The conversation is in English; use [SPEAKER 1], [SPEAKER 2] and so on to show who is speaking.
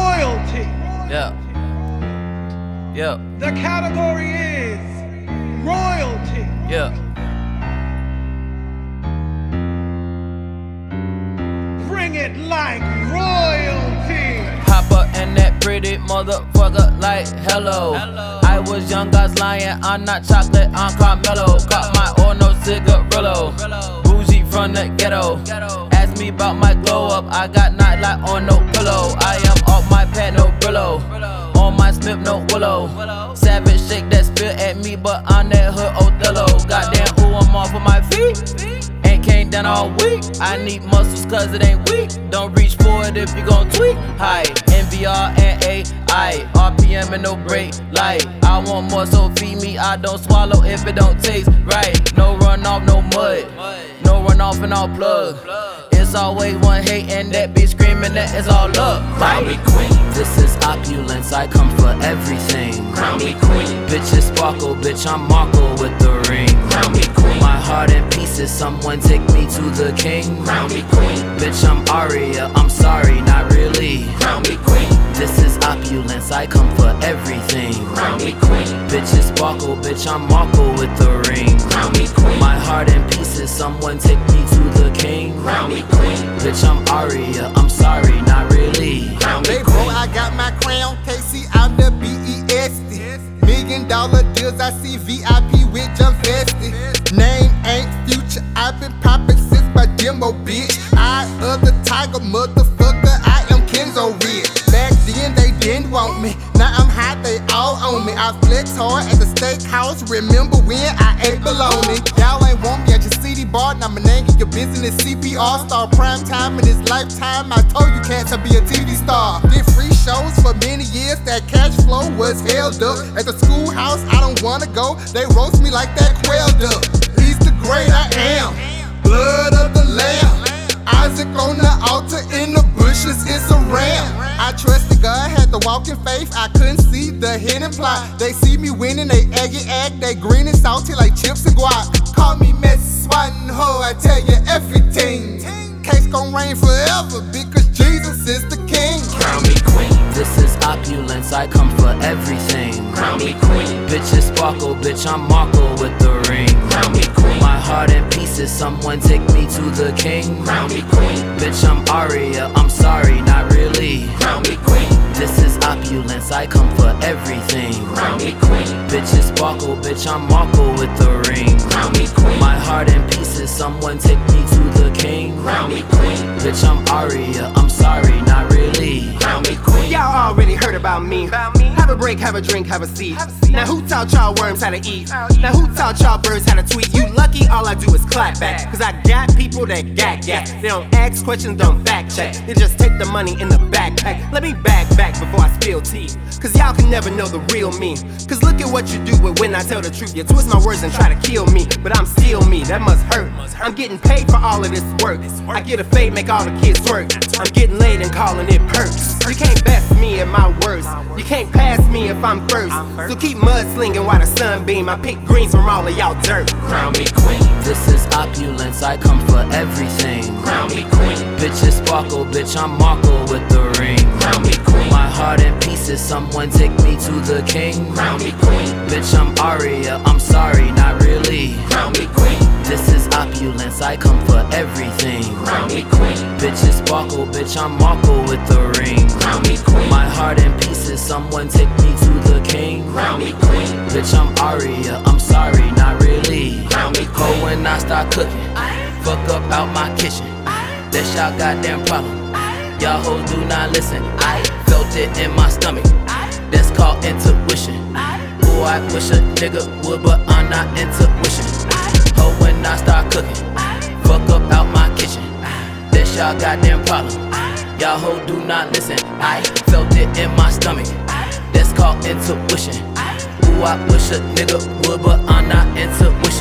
[SPEAKER 1] royalty.
[SPEAKER 2] Yeah. Yeah.
[SPEAKER 1] The category is royalty.
[SPEAKER 2] Yeah.
[SPEAKER 1] Bring it like royalty.
[SPEAKER 2] Pop up in that pretty motherfucker like hello. I was young, God's lying. I'm not chocolate, I'm Carmelo. Caught my old no cigarillo. Bougie from the ghetto. Ask me about my glow up. I got nightlight on no pillow. I am off my pad, no brillo. On my Smith, no willow. Savage shake that spit at me, but I'm that hood Othello. Goddamn, ooh, I'm off of my feet. Ain't came down all week. I need muscles cause it ain't weak. Don't reach for it if you gon' tweak. High, NVR and AI. RPM and no break. Light. I want more, so feed me. I don't swallow if it don't taste right. No runoff, no mud. No runoff and all plug. It's always one hate and that bitch screaming that it's all love.
[SPEAKER 3] Crown me
[SPEAKER 2] Right?
[SPEAKER 3] queen,
[SPEAKER 2] This is opulence. I come for everything.
[SPEAKER 3] crown me queen,
[SPEAKER 2] Bitches sparkle, bitch, I'm Marco with the ring.
[SPEAKER 3] crown me queen,
[SPEAKER 2] My heart in pieces, someone take me to the king.
[SPEAKER 3] crown me queen,
[SPEAKER 2] Bitch, I'm Aria, I'm sorry, not really.
[SPEAKER 3] crown me queen,
[SPEAKER 2] This is opulence, I come for everything.
[SPEAKER 3] crown me queen,
[SPEAKER 2] Bitches sparkle, bitch, I'm Marco with the ring.
[SPEAKER 3] crown me queen,
[SPEAKER 2] My heart in pieces, someone take me to the king.
[SPEAKER 3] crown me queen,
[SPEAKER 2] Bitch, I'm Aria, I'm sorry, not really.
[SPEAKER 3] crown me
[SPEAKER 4] Hey bro,
[SPEAKER 3] queen,
[SPEAKER 4] I got my crown. KC, I'm the BEST. Million dollar deals, I see VIP with jump vested. Name ain't future, I've been poppin' since my demo, bitch. I of the tiger, motherfucker, I am Kenzo Rich. Back then they didn't want me, now I'm hot, they all on me. I flex hard at the steakhouse, remember when I ate bologna. Y'all ain't want me at your city bar, now my name get your business CPR star prime time in his lifetime. I told you cats to be a TV star. Did free shows for many years, that cash flow was held up. At the schoolhouse, I don't wanna go, they roast me like that quail duck. He's the great I am, blood of the lamb. Isaac on the altar in the bushes, it's a ram. I trusted God, had the walk in faith. I couldn't see the hidden plot. They see me winning, they eggy act, they green and salty like chips and guac. Call me Miss Swan Ho, I tell you everything. Case gon' reign forever because Jesus is the King.
[SPEAKER 3] crown me queen,
[SPEAKER 2] This is opulence, I come for everything.
[SPEAKER 3] crown me queen,
[SPEAKER 2] Bitches sparkle, bitch, I'm Marco with the ring.
[SPEAKER 3] crown me queen,
[SPEAKER 2] My heart in pieces, someone take me to the king.
[SPEAKER 3] crown me queen,
[SPEAKER 2] Bitch, I'm Aria, I'm sorry, not really.
[SPEAKER 3] crown me queen,
[SPEAKER 2] This is opulence, I come for everything.
[SPEAKER 3] crown me queen,
[SPEAKER 2] Bitches sparkle, bitch, I'm Marco with the ring.
[SPEAKER 3] crown me queen,
[SPEAKER 2] My heart in pieces, someone take me to the king.
[SPEAKER 3] crown me queen,
[SPEAKER 2] Bitch, I'm Aria, I'm sorry, not really.
[SPEAKER 3] crown me queen,
[SPEAKER 5] Y'all already heard about me. Have a break, have a drink, have a seat. Now who taught y'all worms how to eat? Now who taught y'all birds how to tweet? You lucky, all I do is clap back. Cause I got people that gat gat. They don't ask questions, don't fact check. They just take the money in the backpack. Let me back back before I spill tea. Cause y'all can never know the real me. Cause look at what you do with when I tell the truth. You twist my words and try to kill me. But I'm still me, that must hurt. I'm getting paid for all of this work. I get a fade, make all the kids work. I'm getting laid and calling it perks. You can't best me at my worst. You can't pass me if I'm first. So keep mudslinging while the sun beam. I pick greens from all of y'all dirt.
[SPEAKER 3] crown me queen,
[SPEAKER 2] This is opulence, I come for everything.
[SPEAKER 3] crown me queen,
[SPEAKER 2] Bitches sparkle, bitch, I'm Marco with the ring.
[SPEAKER 3] crown me queen,
[SPEAKER 2] My heart in pieces, someone take me to the king.
[SPEAKER 3] crown me queen,
[SPEAKER 2] Bitch, I'm Aria, I'm sorry, not really.
[SPEAKER 3] crown me queen,
[SPEAKER 2] This is opulence, I come for everything.
[SPEAKER 3] crown me queen,
[SPEAKER 2] Bitches sparkle, bitch, I'm Marco with the ring.
[SPEAKER 3] crown me queen,
[SPEAKER 2] My heart in pieces, someone take me to the king.
[SPEAKER 3] crown me queen,
[SPEAKER 2] Bitch, I'm Aria, I'm sorry, not really.
[SPEAKER 3] crown me
[SPEAKER 2] Ho,
[SPEAKER 3] queen,
[SPEAKER 2] when I start cooking, fuck up out my kitchen. That's y'all goddamn problem. Y'all hoes do not listen. I felt it in my stomach. That's called intuition. Ooh, I wish a nigga would, but I'm not intuition. Ho, when I start cooking, fuck up out my kitchen. That's y'all goddamn problem. Y'all ho do not listen. I felt it in my stomach. That's called intuition. Ooh, I wish a nigga would, but I'm not intuition.